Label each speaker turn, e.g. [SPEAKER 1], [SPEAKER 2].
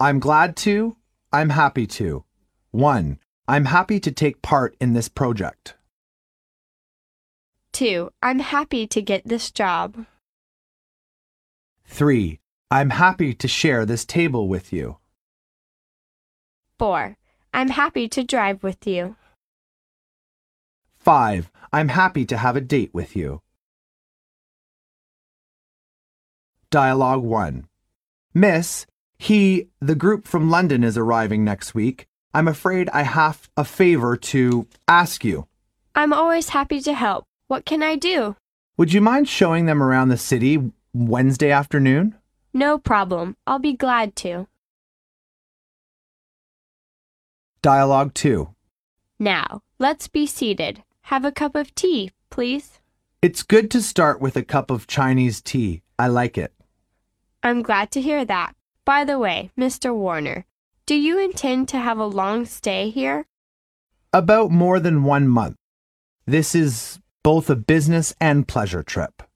[SPEAKER 1] I'm glad to. I'm happy to. 1. I'm happy to take part in this project.
[SPEAKER 2] 2. I'm happy to get this job.
[SPEAKER 1] 3. I'm happy to share this table with you.
[SPEAKER 2] 4. I'm happy to drive with you.
[SPEAKER 1] 5. I'm happy to have a date with you. Dialogue 1. Miss, he, the group from London is arriving next week. I'm afraid I have a favor to ask you.
[SPEAKER 2] I'm always happy to help. What can I do?
[SPEAKER 1] Would you mind showing them around the city Wednesday afternoon?
[SPEAKER 2] No problem. I'll be glad to.
[SPEAKER 1] Dialogue 2.
[SPEAKER 2] Now, let's be seated. Have a cup of tea, please.
[SPEAKER 1] It's good to start with a cup of Chinese tea. I like it.
[SPEAKER 2] I'm glad to hear that. By the way, Mr. Warner, do you intend to have a long stay here?
[SPEAKER 1] About more than one month. This is both a business and pleasure trip.